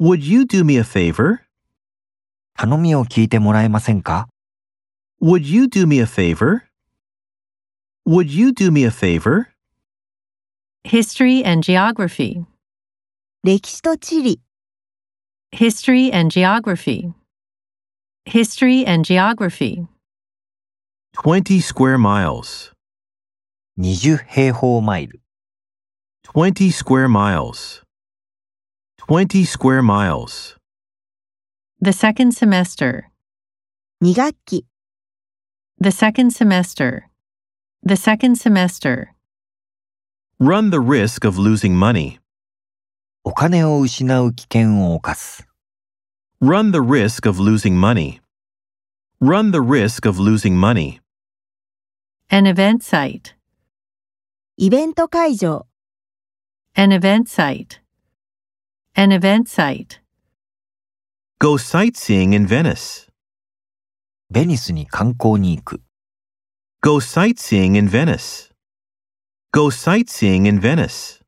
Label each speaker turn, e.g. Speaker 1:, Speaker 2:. Speaker 1: Would you do me a favor?
Speaker 2: 頼みを聞いてもらえませんか
Speaker 1: Would you do me a favor? Would you do me a favor?
Speaker 3: History and Geography.
Speaker 4: 歴史と地理、
Speaker 3: History and Geography. History and Geography.
Speaker 1: 20 square miles.
Speaker 2: 20平方マイル。
Speaker 1: 20 square miles. 20 square miles.
Speaker 3: The second semester.
Speaker 4: 2学期、
Speaker 3: The second semester. The second semester.
Speaker 1: Run the risk of losing money.
Speaker 2: お金を失う危険を冒す。
Speaker 1: Run the risk of losing money. Run the risk of losing money.
Speaker 3: An event site.
Speaker 4: イベント会場、
Speaker 3: An event site. An event site.
Speaker 1: Go sightseeing in Venice.
Speaker 2: ベニスに観光に行く。
Speaker 1: Go sightseeing in Venice. Go sightseeing in Venice.